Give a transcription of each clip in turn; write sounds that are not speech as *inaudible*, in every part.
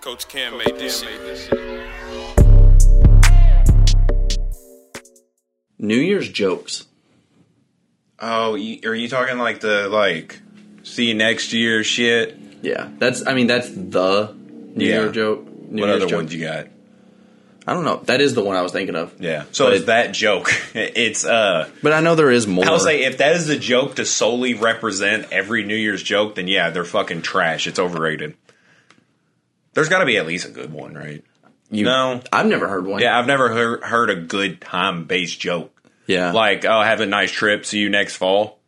Coach Cam made this shit. New Year's jokes. Oh, you, are you talking like the like see you next year shit? Yeah, that's. I mean, that's the New Yeah. Year joke. New what Year's other joke. ones you got? I don't know. That is the one I was thinking of. Yeah. So But it's it- that joke. *laughs* It's uh But I know there is more. I'll say if that is the joke to solely represent every New Year's joke, then yeah, they're fucking trash. It's overrated. There's got to be at least a good one, right? you, no. I've never heard one. Yeah, I've never heard, heard a good time based joke. yeah, Like, oh, have a nice trip. See you next fall.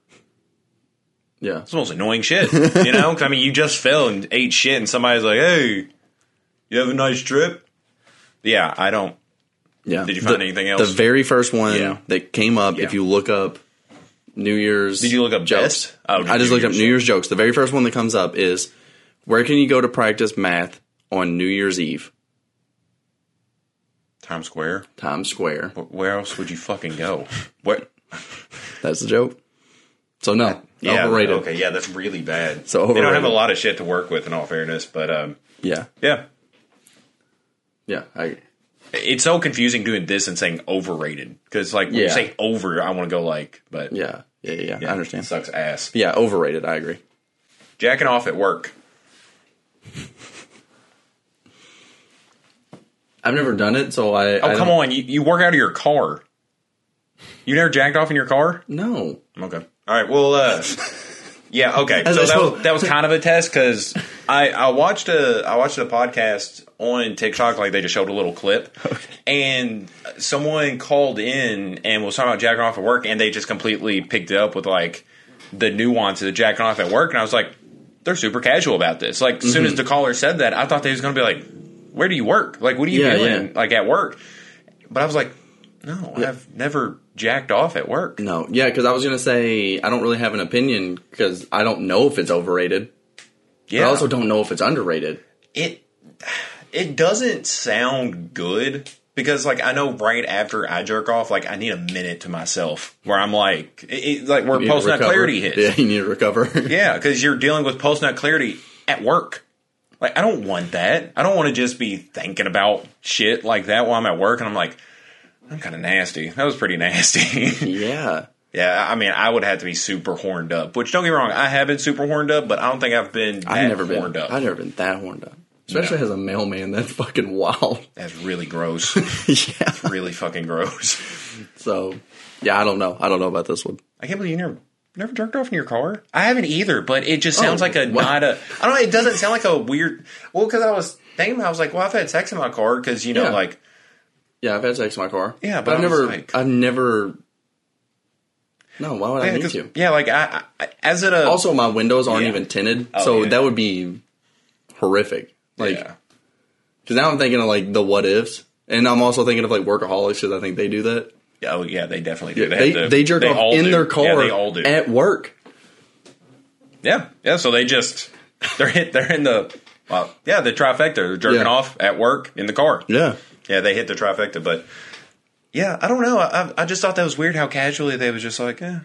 yeah. It's the most annoying shit, *laughs* you know? 'Cause, I mean, you just fell and ate shit, and somebody's like, hey, you have a nice trip? Yeah, I don't. Yeah. Did you find The- anything else? The very first one Yeah. that came up, if Yeah. you look up New Year's. Did you look up jokes? best? Oh, I just New looked up Year's New Year's jokes. The very first one that comes up is where can you go to practice math on New Year's Eve? Times Square. Times Square. Wh- Where else would you fucking go? What? That's the joke. So, no. Yeah, overrated. Okay, yeah, that's really bad. So they don't have overrated. a lot of shit to work with, in all fairness. But um, Yeah. yeah, Yeah. I, it's so confusing doing this and saying overrated because, like, when you Yeah. say over, I want to go like, but yeah. Yeah. Yeah. yeah. Yeah, I understand. it sucks ass. yeah. Overrated. I agree. Jacking off at work. I've never done it, so I. Oh, come on, you, you work out of your car. You never jacked off in your car? No. Okay. All right. *laughs* Well, uh, yeah. Okay. As So I that told- was, that was kind of a test because I, I watched a I watched a podcast on TikTok like they just showed a little clip, and someone called in and was talking about jacking off at work, and they just completely picked it up with like the nuances of jacking off at work, and I was like, they're super casual about this. Like, as soon Mm-hmm. as the caller said that, I thought they was going to be like, where do you work? Like, what are you Yeah, doing? yeah. Like at work? But I was like, no, I've never jacked off at work. No. Yeah, because I was going to say I don't really have an opinion because I don't know if it's overrated. Yeah. But I also don't know if it's underrated. it it doesn't sound good because like I know right after I jerk off, like I need a minute to myself where I'm like, it, it- like where You need to post nut recover. clarity hits. Yeah, *laughs* you need to recover. *laughs* Yeah, because you're dealing with post nut clarity at work. Like I don't want that. I don't want to just be thinking about shit like that while I'm at work, and I'm like, I'm kind of nasty. That was pretty *laughs* nasty. yeah. yeah, I mean, I would have to be super horned up. Which don't get me wrong, I have been super horned up, but I don't think I've been. That I've never been horned up. I've never been that horned up. Especially as a mailman, *laughs* that's fucking *laughs* wild. *laughs* That's really gross. yeah. really fucking gross. *laughs* So yeah, I don't know. I don't know about this one. I can't believe you never never jerked off in your car. I haven't either, but it just sounds Oh, like a what? not a. I don't. know, It doesn't sound like a weird. Well, because I was thinking, I was like, well, I've had sex in my car because you know, Yeah. like, Yeah, I've had sex in my car. Yeah, but I've I was never like- I've never No, why would I yeah, need 'cause- to? yeah, like I, I as it uh, a Also my windows aren't Yeah. Oh, even tinted, so yeah. that would be horrific. Like yeah. cuz now I'm thinking of like the what ifs and I'm also thinking of like workaholics cuz I think they do that. oh yeah, they definitely do. They have to- they jerk all off in do. their car Yeah, they all do. at work. yeah, yeah. So they just *laughs* they're hit. They're in the. Well, yeah, the trifecta. They're jerking Yeah. off at work in the car. Yeah. Yeah, they hit the trifecta, but yeah, I don't know. I, I- I just thought that was weird how casually they was just like, eh. And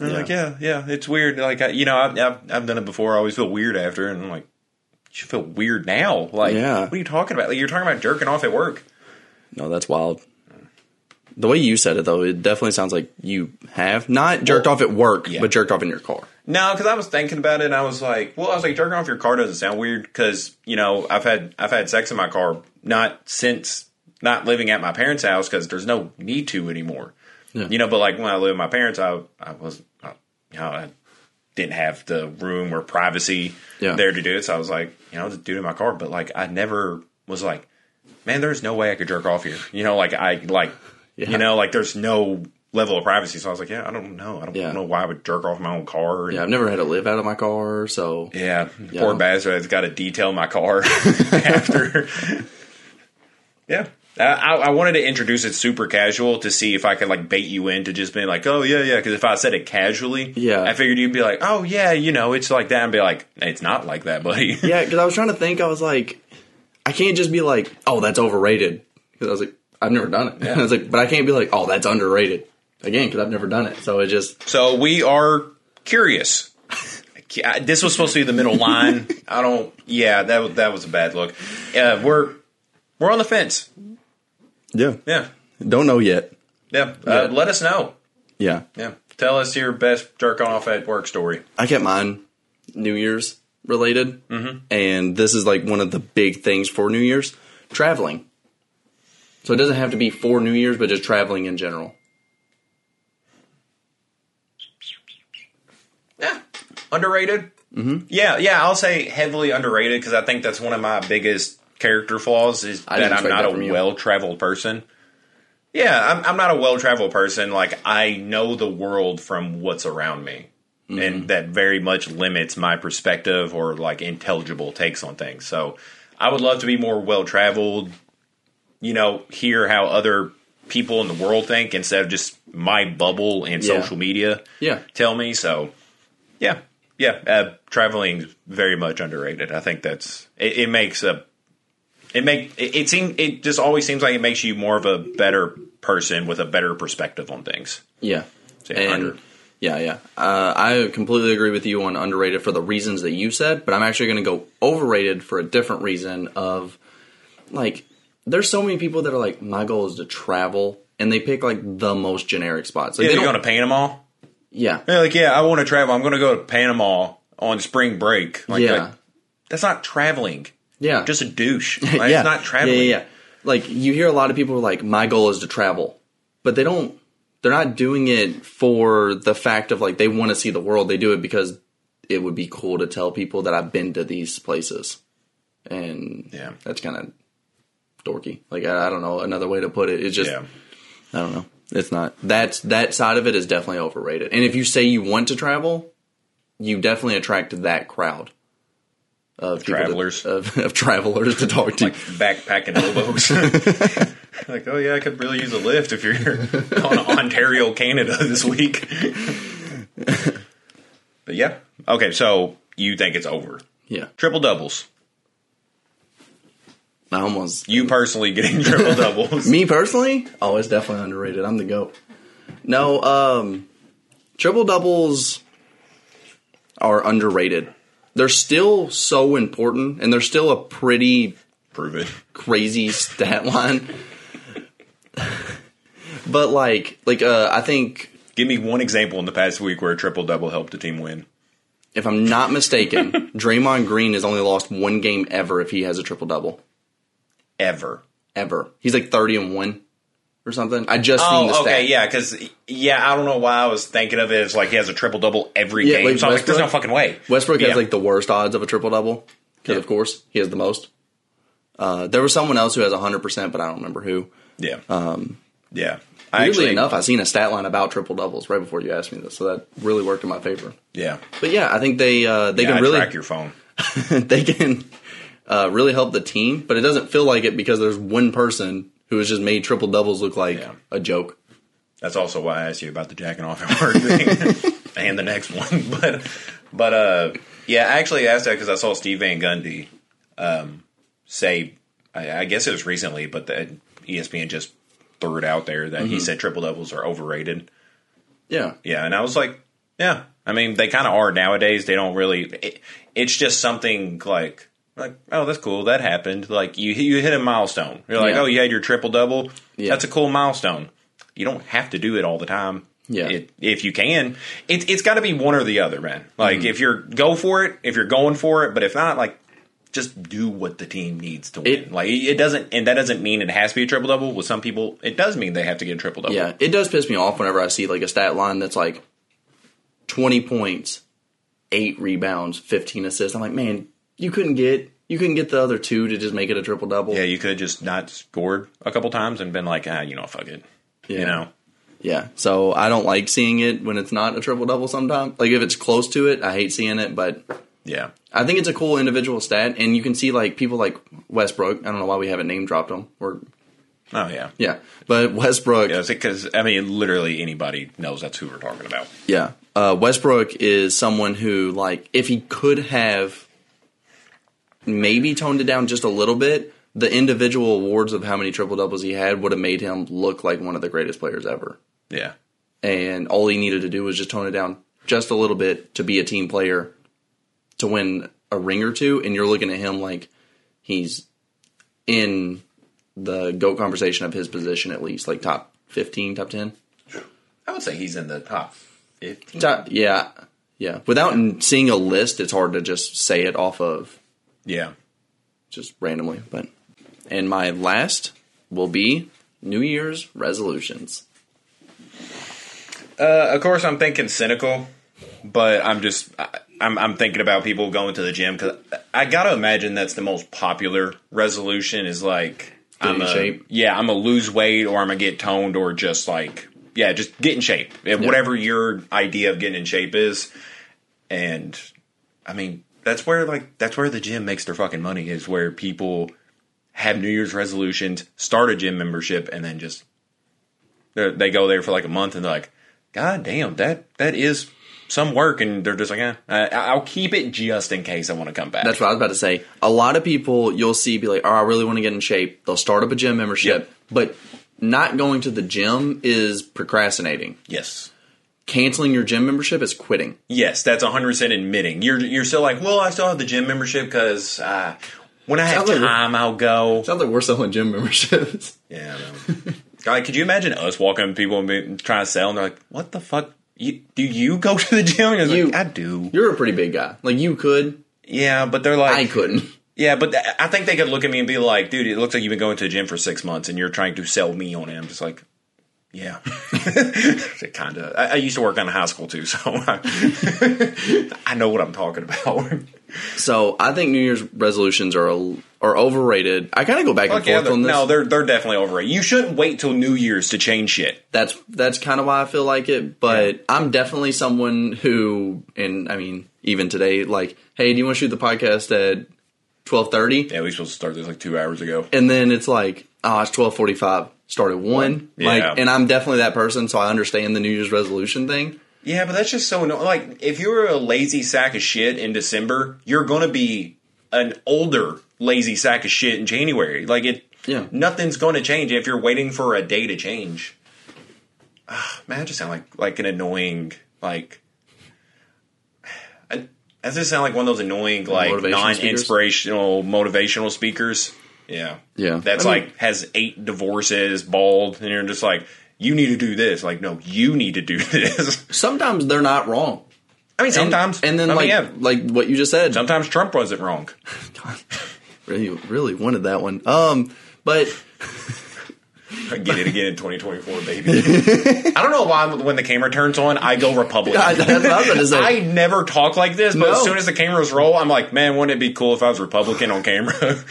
I'm Yeah. Like, yeah, yeah, it's weird. Like, I, you know, I've, I've I've done it before. I always feel weird after, and I'm like, you should feel weird now. Like, Yeah. what are you talking about? Like, you're talking about jerking off at work. No, that's wild. The way you said it though, it definitely sounds like you have not jerked off at work, yeah. but jerked off in your car. No, because I was thinking about it, and I was like, well, I was like, jerking off your car doesn't sound weird because you know I've had I've had sex in my car not since not living at my parents' house because there's no need to anymore. Yeah. You know, but like when I lived with my parents, I I was I, you know, I didn't have the room or privacy Yeah. there to do it, so I was like, you know, just do it in my car. But like, I never was like, man, there's no way I could jerk off here. You know, like I like *laughs* Yeah. you know like there's no level of privacy. So I was like, yeah, I don't know, I don't Yeah. know why I would jerk off my own car. Yeah, I've never had to live out of my car, so Yeah, poor bastard has got to detail my car *laughs* after. yeah, I, I I wanted to introduce it super casual to see if I could like bait you into just being like, oh yeah, yeah. Because if I said it casually, Yeah. I figured you'd be like, oh yeah, you know, it's like that, and be like, it's not like that, buddy. Yeah, because I was trying to think. I was like, I can't just be like, oh, that's overrated. Because I was like, I've never done it. *laughs* I was like, but I can't be like, oh, that's underrated. Again, because I've never done it. So it just, so we are curious. I- this was supposed to be the middle line. I don't. Yeah, that was- that was a bad look. Uh, we're we're on the fence. Yeah. Yeah, Don't know yet. yeah. Yeah. Uh, Let us know. Yeah. Yeah, tell us your best jerk off at work story. I kept mine New Year's related, and this is like one of the big things for New Year's traveling. So it doesn't have to be for New Year's, but just traveling in general. Yeah, underrated. Mm-hmm. Yeah, yeah. I'll say heavily underrated because I think that's one of my biggest character flaws is I didn't that I'm expect not that a from you. well traveled person. Yeah, I'm, I'm not a well traveled person. Like I know the world from what's around me, Mm-hmm. and that very much limits my perspective or like intelligible takes on things. So I would love to be more well traveled. You know, hear how other people in the world think instead of just my bubble and Yeah. social media Yeah. tell me. So, yeah, yeah, uh, traveling very much underrated. I think that's it, it makes a it make it, it seem it just always seems like it makes you more of a better person with a better perspective on things. Yeah. yeah, under. Yeah, yeah. Uh, I completely agree with you on underrated for the reasons that you said, but I'm actually going to go overrated for a different reason of like there's so many people that are like my goal is to travel and they pick like the most generic spots. Like Yeah, they you don't- going to Panama? yeah. Yeah, like yeah, I want to travel. I'm going to go to Panama on spring break. Like, yeah. like, that's not traveling. yeah. Just a douche. Like, *laughs* yeah. It's not traveling. Yeah, yeah, yeah. Like you hear a lot of people are like, my goal is to travel, but they don't. They're not doing it for the fact of like they want to see the world. They do it because it would be cool to tell people that I've been to these places, and Yeah. that's kind of dorky. Like I, I don't know another way to put it. It's just Yeah. I don't know. It's not that's that side of it is definitely overrated. And if you say you want to travel, you definitely attract that crowd of people to- Travelers. of, of travelers to talk to. backpacking elbows. *laughs* like, oh yeah, I could really use a lift if you're *laughs* on Ontario, Canada this week. but yeah, okay. So you think it's over? yeah, Triple doubles. I almost You personally getting *laughs* triple doubles? me personally. Oh, it's definitely underrated. I'm the goat. No, um, triple doubles are underrated. They're still so important, and they're still a pretty Prove it. crazy *laughs* stat line. but like, like uh, I think Give me one example in the past week where a triple double helped a team win. if I'm not mistaken, *laughs* Draymond Green has only lost one game ever if he has a triple double Ever. ever. He's like thirty and one or something. I just seen the Oh, stat. okay, yeah, because yeah, I don't know why I was thinking of it as like he has a triple double every Yeah, game. like so I was like, there's no Westbrook? fucking way. Westbrook Yeah. has like the worst odds of a triple double because, Yeah. of course, he has the most. Uh, there was someone else who has 100%, but I don't remember who. yeah, um, yeah. I Weirdly actually- enough, I seen a stat line about triple doubles right before you asked me this, so that really worked in my favor. yeah, But yeah, I think they uh, they yeah. I can really track your phone. *laughs* they can uh, really help the team, but it doesn't feel like it because there's one person who has just made triple doubles look like Yeah. a joke. That's also why I asked you about the jacking off *laughs* at work thing and the next one. *laughs* But but uh, yeah, I actually asked that because I saw Steve Van Gundy um, say, I, I guess it was recently, but that E ESPN just threw it out there that Mm-hmm. he said triple doubles are overrated. Yeah, Yeah, and I was like, yeah. I mean, they kind of are nowadays. They don't really. It, it's just something like like oh, that's cool. That happened. Like you you hit a milestone. You're like, Yeah. oh, you had your triple double. Yeah. That's a cool milestone. You don't have to do it all the time. Yeah. It, if you can, it, it's got to be one or the other, man. Like Mm-hmm. if you're go for it, if you're going for it, but if not, like just do what the team needs to win. It- like it doesn't, and that doesn't mean it has to be a triple double. With some people, it does mean they have to get a triple double. yeah, it does piss me off whenever I see like a stat line that's like twenty points, eight rebounds, fifteen assists. I'm like, man, you couldn't get you couldn't get the other two to just make it a triple double. Yeah, you could have just not scored a couple times and been like, ah, you know, fuck it. You Yeah. know? Yeah. So I don't like seeing it when it's not a triple double. Sometimes, like if it's close to it, I hate seeing it, but. Yeah. I think it's a cool individual stat, and you can see like people like Westbrook. I don't know why we haven't name dropped him. Or Oh, yeah. yeah, but *laughs* Westbrook, yeah, Because, I mean, literally anybody knows that's who we're talking about. Uh, Westbrook is someone who like if he could have maybe toned it down just a little bit, the individual awards of how many triple doubles he had would have made him look like one of the greatest players ever. Yeah. And all he needed to do was just tone it down just a little bit to be a team player to win a ring or two, and you're looking at him like he's in the GOAT conversation of his position at least, like top fifteen, top ten. I would say he's in the top 15. Top, yeah, yeah. Without seeing a list, it's hard to just say it off of Yeah. just randomly. But and my last will be New Year's resolutions. Uh, of course, I'm thinking cynical, but I'm just I, I'm I'm thinking about people going to the gym because I gotta imagine that's the most popular resolution is like Get I'm in a, shape. Yeah, I'm gonna lose weight or I'm gonna get toned or just like yeah, just get in shape. Yeah, Whatever your idea of getting in shape is, and I mean that's where like that's where the gym makes their fucking money is where people have New Year's resolutions, start a gym membership, and then just they're- they go there for like a month and they're like, God damn, that that is some work, and they're just like, eh, I, I'll keep it just in case I want to come back. That's what I was about to say. A lot of people you'll see be like, "Oh, I really want to get in shape." They'll start up a gym membership, Yep. but not going to the gym is procrastinating. yes, Canceling your gym membership is quitting. yes, that's hundred percent admitting you're you're still like, well, I still have the gym membership because uh, when I have Sounds like we're- time, I'll go. Sounds like we're selling gym *laughs* memberships. Yeah, I know. *laughs* God, could you imagine us walking up to people and be, trying to sell, and they're like, what the fuck? You, do you go to the gym? And it's You- like, I do. You're a pretty big guy. Like you could, Yeah, but they're like, I couldn't. Yeah, but th- I think they could look at me and be like, dude, it looks like you've been going to the gym for six months and you're trying to sell me on it. I'm just like, yeah. kind of. I, I used to work on a high school too, so I, *laughs* I know what I'm talking about. So I think New Year's resolutions are a- are overrated. I kind of go back and Fuck yeah, forth they're, on this. no, they're, they're definitely overrated. You shouldn't wait till New Year's to change shit. that's that's kind of why I feel like it. But I'm definitely someone who, and I mean, even today, like, hey, do you want to shoot the podcast at twelve thirty? Yeah, we supposed to start this like two hours ago. And then it's like, oh, it's twelve forty five. Started one, Yeah. like, and I'm definitely that person, so I understand the New Year's resolution thing. Yeah, but that's just so annoying. Like, if you're a lazy sack of shit in December, you're going to be an older lazy sack of shit in January. Like, it, Yeah. nothing's going to change if you're waiting for a day to change. Ah, man, I just sound like like an annoying like. *sighs* I, I just sound like one of those annoying like Motivational speakers? non-inspirational motivational speakers. Yeah, Yeah. That's I mean- like has eight divorces, bald, and you're just like, you need to do this. Like, no, you need to do *laughs* this. Sometimes they're not wrong. I mean, And- sometimes, and, then I mean, like yeah, like what you just said, sometimes Trump wasn't wrong. *laughs* really really wanted that one. Um, but *laughs* I Get it again in *laughs* 2024, baby. I don't know why when the camera turns on, I go *laughs* Republican. I, that's what I was about to say. I never talk like this, but as No. soon as the cameras roll, I'm like, man, wouldn't it be cool if I was Republican on camera? *laughs*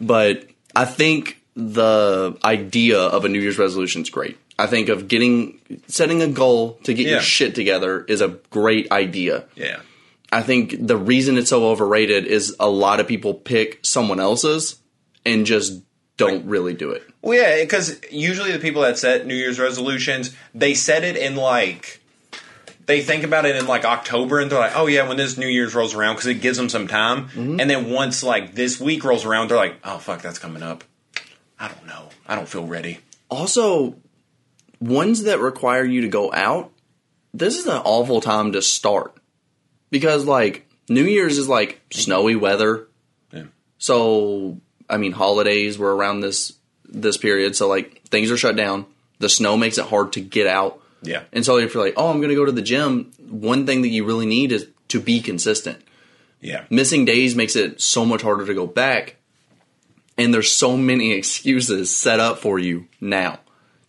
but I think the idea of a New Year's resolution is great. I think of getting setting a goal to get Yeah. your shit together is a great idea. yeah. I think the reason it's so overrated is a lot of people pick someone else's and just don't really do it. Well, yeah, because usually the people that set New Year's resolutions, they set it in like, they think about it in like October and they're like, oh yeah, when this New Year's rolls around, because it gives them some time. Mm-hmm. And then once like this week rolls around, they're like, oh fuck, that's coming up. I don't know. I don't feel ready. Also, ones that require you to go out, this is an awful time to start. Because like New Year's is like snowy weather, Yeah. So I mean, holidays were around this this period, so like things are shut down. The snow makes it hard to get out, Yeah. and so if you're like, oh, I'm going to go to the gym, one thing that you really need is to be consistent. yeah. Missing days makes it so much harder to go back, and there's so many *laughs* excuses set up for you now.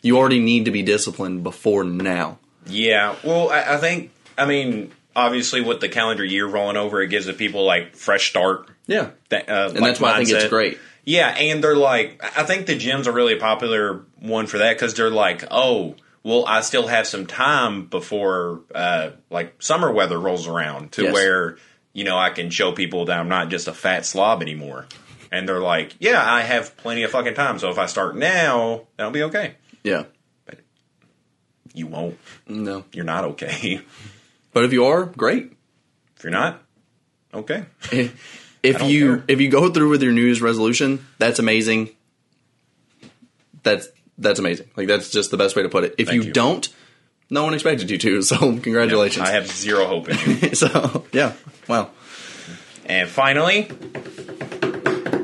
You already need to be disciplined before now. Yeah, well, I, I think I mean obviously with the calendar year rolling over, it gives the people like fresh start. Yeah, That, uh, and that's why I think it's great. Yeah, and they're like, I I think the gyms are really a popular one for that because they're like, oh, well, I still have some time before uh, like summer weather rolls around to Yes. where you know I can show people that I'm not just a fat slob anymore. And they're like, yeah, I have plenty of fucking time, so if I start now, that'll be okay. Yeah, You won't. no, You're not okay. *laughs* but if you are, great. If you're not, okay. *laughs* if if don't you care. if you go through with your New Year's resolution, that's amazing. That's that's amazing. Like that's just the best way to put it. If Thank you, you. don't, no one expected you to, *laughs* so congratulations. I have zero hope in *laughs* you. so yeah, well, and finally,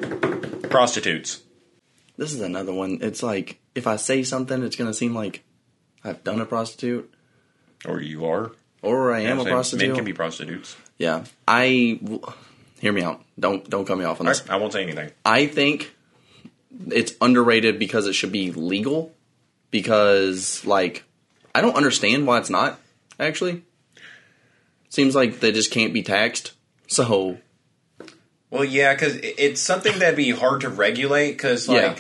prostitutes. this is another one. It's like if I say something, it's gonna seem like I've done a prostitute Or you are. or I am a Actually, prostitute. Men can be prostitutes. yeah, I hear me out. Don't don't cut me off on All this. right, I won't say anything. I think it's underrated because it should be legal. Because like I don't understand why it's not actually. Seems like they just can't be taxed. So Well, yeah, because it's something that'd be hard to regulate. Because like, Yeah.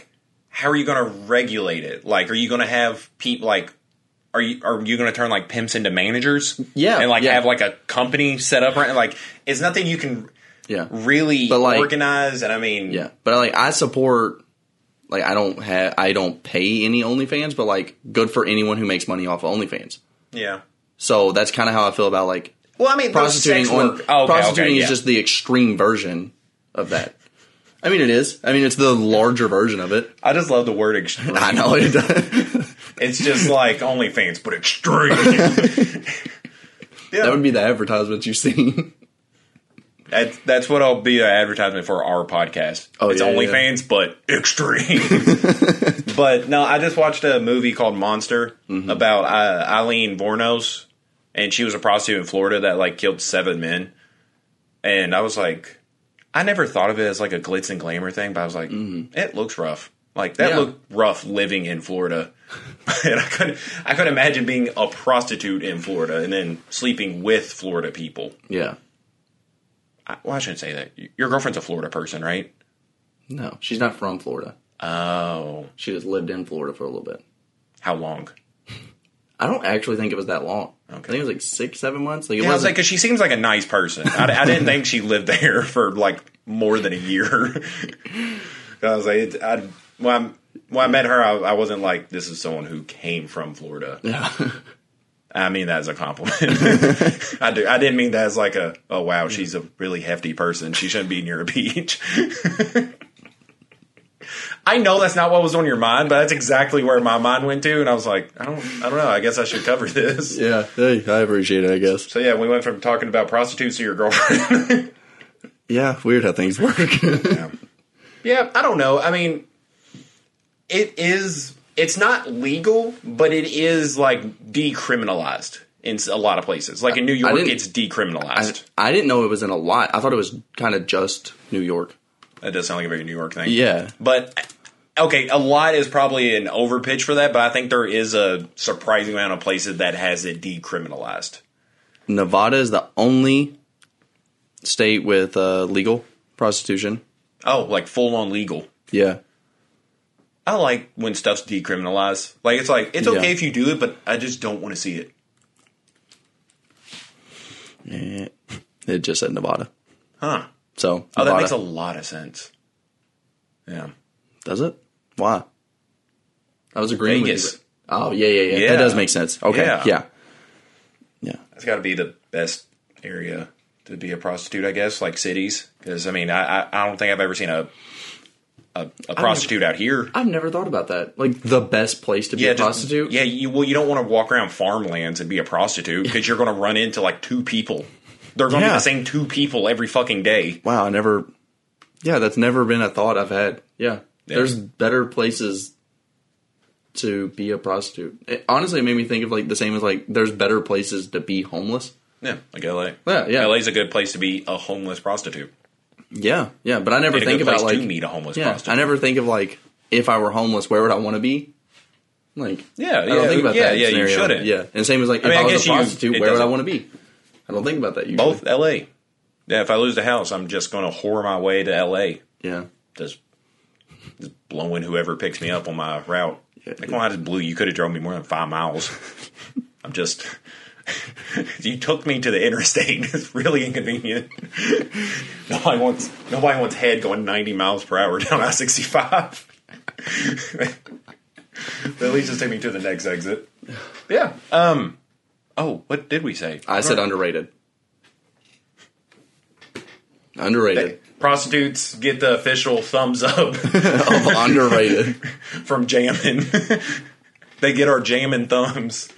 how are you going to regulate it? Like, are you going to have people like? Are you are you going to turn like pimps into managers? Yeah, and like yeah. have like a company set up right. Like, it's nothing you can yeah, really But, like- organize. And I mean, yeah. But like I support. Like I don't have I don't pay any OnlyFans, but like good for anyone who makes money off of OnlyFans. yeah. So that's kind of how I feel about like Well, I mean, those prostituting sex on work. Oh, okay, prostituting okay, is yeah. just the extreme version of that. I mean, it is. I mean, it's the larger version of it. I just love the word extreme. *laughs* I know it does. it's just like *laughs* OnlyFans, but extreme. *laughs* yeah, That would be the advertisements you've seen. That's, that's what I'll be an advertisement for our podcast. Oh, it's yeah, OnlyFans, but *laughs* *laughs* extreme. but no, I just watched a movie called Monster Mm-hmm. about uh, Eileen Bornos, and she was a prostitute in Florida that like killed seven men. And I was like, I never thought of it as like a glitz and glamour thing, but I was like, it looks rough. Like that Mm-hmm. Yeah. looked rough living in Florida. *laughs* and I couldn't, I couldn't imagine being a prostitute in Florida and then sleeping with Florida people. yeah. I, well, I shouldn't say that. Your girlfriend's a Florida person, right? No, she's not from Florida. Oh, She just lived in Florida for a little bit. how long? I don't actually think it was that long. I Okay. think it was like six, seven months. Like it Yeah, I was wasn't. like, because she seems like a nice person. I, I didn't think she lived *laughs* there for like more than a year. *laughs* I was like, it, I, when, I'm, when I met her, I, I wasn't like, this is someone who came from Florida. yeah. *laughs* I mean that as *laughs* a compliment. I do. I didn't mean that as like a, oh wow, she's a really hefty person. She shouldn't be near a beach. *laughs* I know that's not what was on your mind, but that's exactly where my mind went to, and I was like, I don't, I don't know. I guess I should cover this. yeah. Hey, I appreciate it. I guess. So yeah, we went from talking about prostitutes to *laughs* your girlfriend. Yeah. Weird how things work. yeah, I don't know. I mean, it is. It's not legal, but it is like decriminalized in s- a lot of places. Like in New York, didn't- it's decriminalized. *laughs* I didn't know it was in a lot. I thought it was kind of just New York. That does sound like a very New York thing. Yeah. But okay, a lot is probably an overpitch for that, but I think there is a surprising amount of places that has it decriminalized. Nevada is the only state with uh, legal prostitution. Oh, like full on legal. Yeah. I like when stuff's decriminalized. Like it's like it's okay Yeah. if you do it, but I just don't want to see it. Eh, It just said Nevada. Huh. So Oh, that Nevada. makes a lot of sense. Yeah. Does it? Why? I was agreeing Vegas. with you. Oh yeah, yeah, yeah, Yeah. That does make sense. Okay, Yeah. yeah, yeah. yeah. That's got to be the best area to be a prostitute, I guess, like cities. Because I mean, I, I I don't think I've ever seen a a, a prostitute out here. I've never thought about that. Like the best place to be a just- prostitute. yeah, you, well, you don't want to walk around farmlands and be a prostitute because you're going to run into like two people. They're going to be Yeah. the same two people every fucking day. Wow, I never. Yeah, that's never been a thought I've had. Yeah, there's better places to be a prostitute. It, honestly, it made me think of like the same as like there's better places to be homeless. Yeah, like LA. Yeah, yeah. LA's a good place to be a homeless prostitute. Yeah, yeah. But I never And a think good place about like to meet a homeless yeah. prostitute. I never think of like if I were homeless, where would I want to be? Like Yeah, I don't yeah, think about yeah, that. yeah, you scenario. shouldn't. Yeah, and same as like mean, if I I, was a guess you- prostitute, it where would I doesn't- want to be? I don't think about that usually. Both LA. Yeah, if I lose the house, I'm just going to whore my way to LA. Yeah, Just, just blowing whoever picks me up on my route. like, well, I just blew. You could have drove me more than five *laughs* miles. I'm just. *laughs* you took me to the interstate. *laughs* It's really inconvenient. *laughs* nobody wants nobody wants head going 90 miles per hour *laughs* down I-65. *laughs* But At least just take me to the next exit. Yeah. Um. Oh, what did we say? I said underrated. *laughs* Underrated. Prostitutes get the official thumbs up *laughs* underrated. from jamming. they get our jamming thumbs.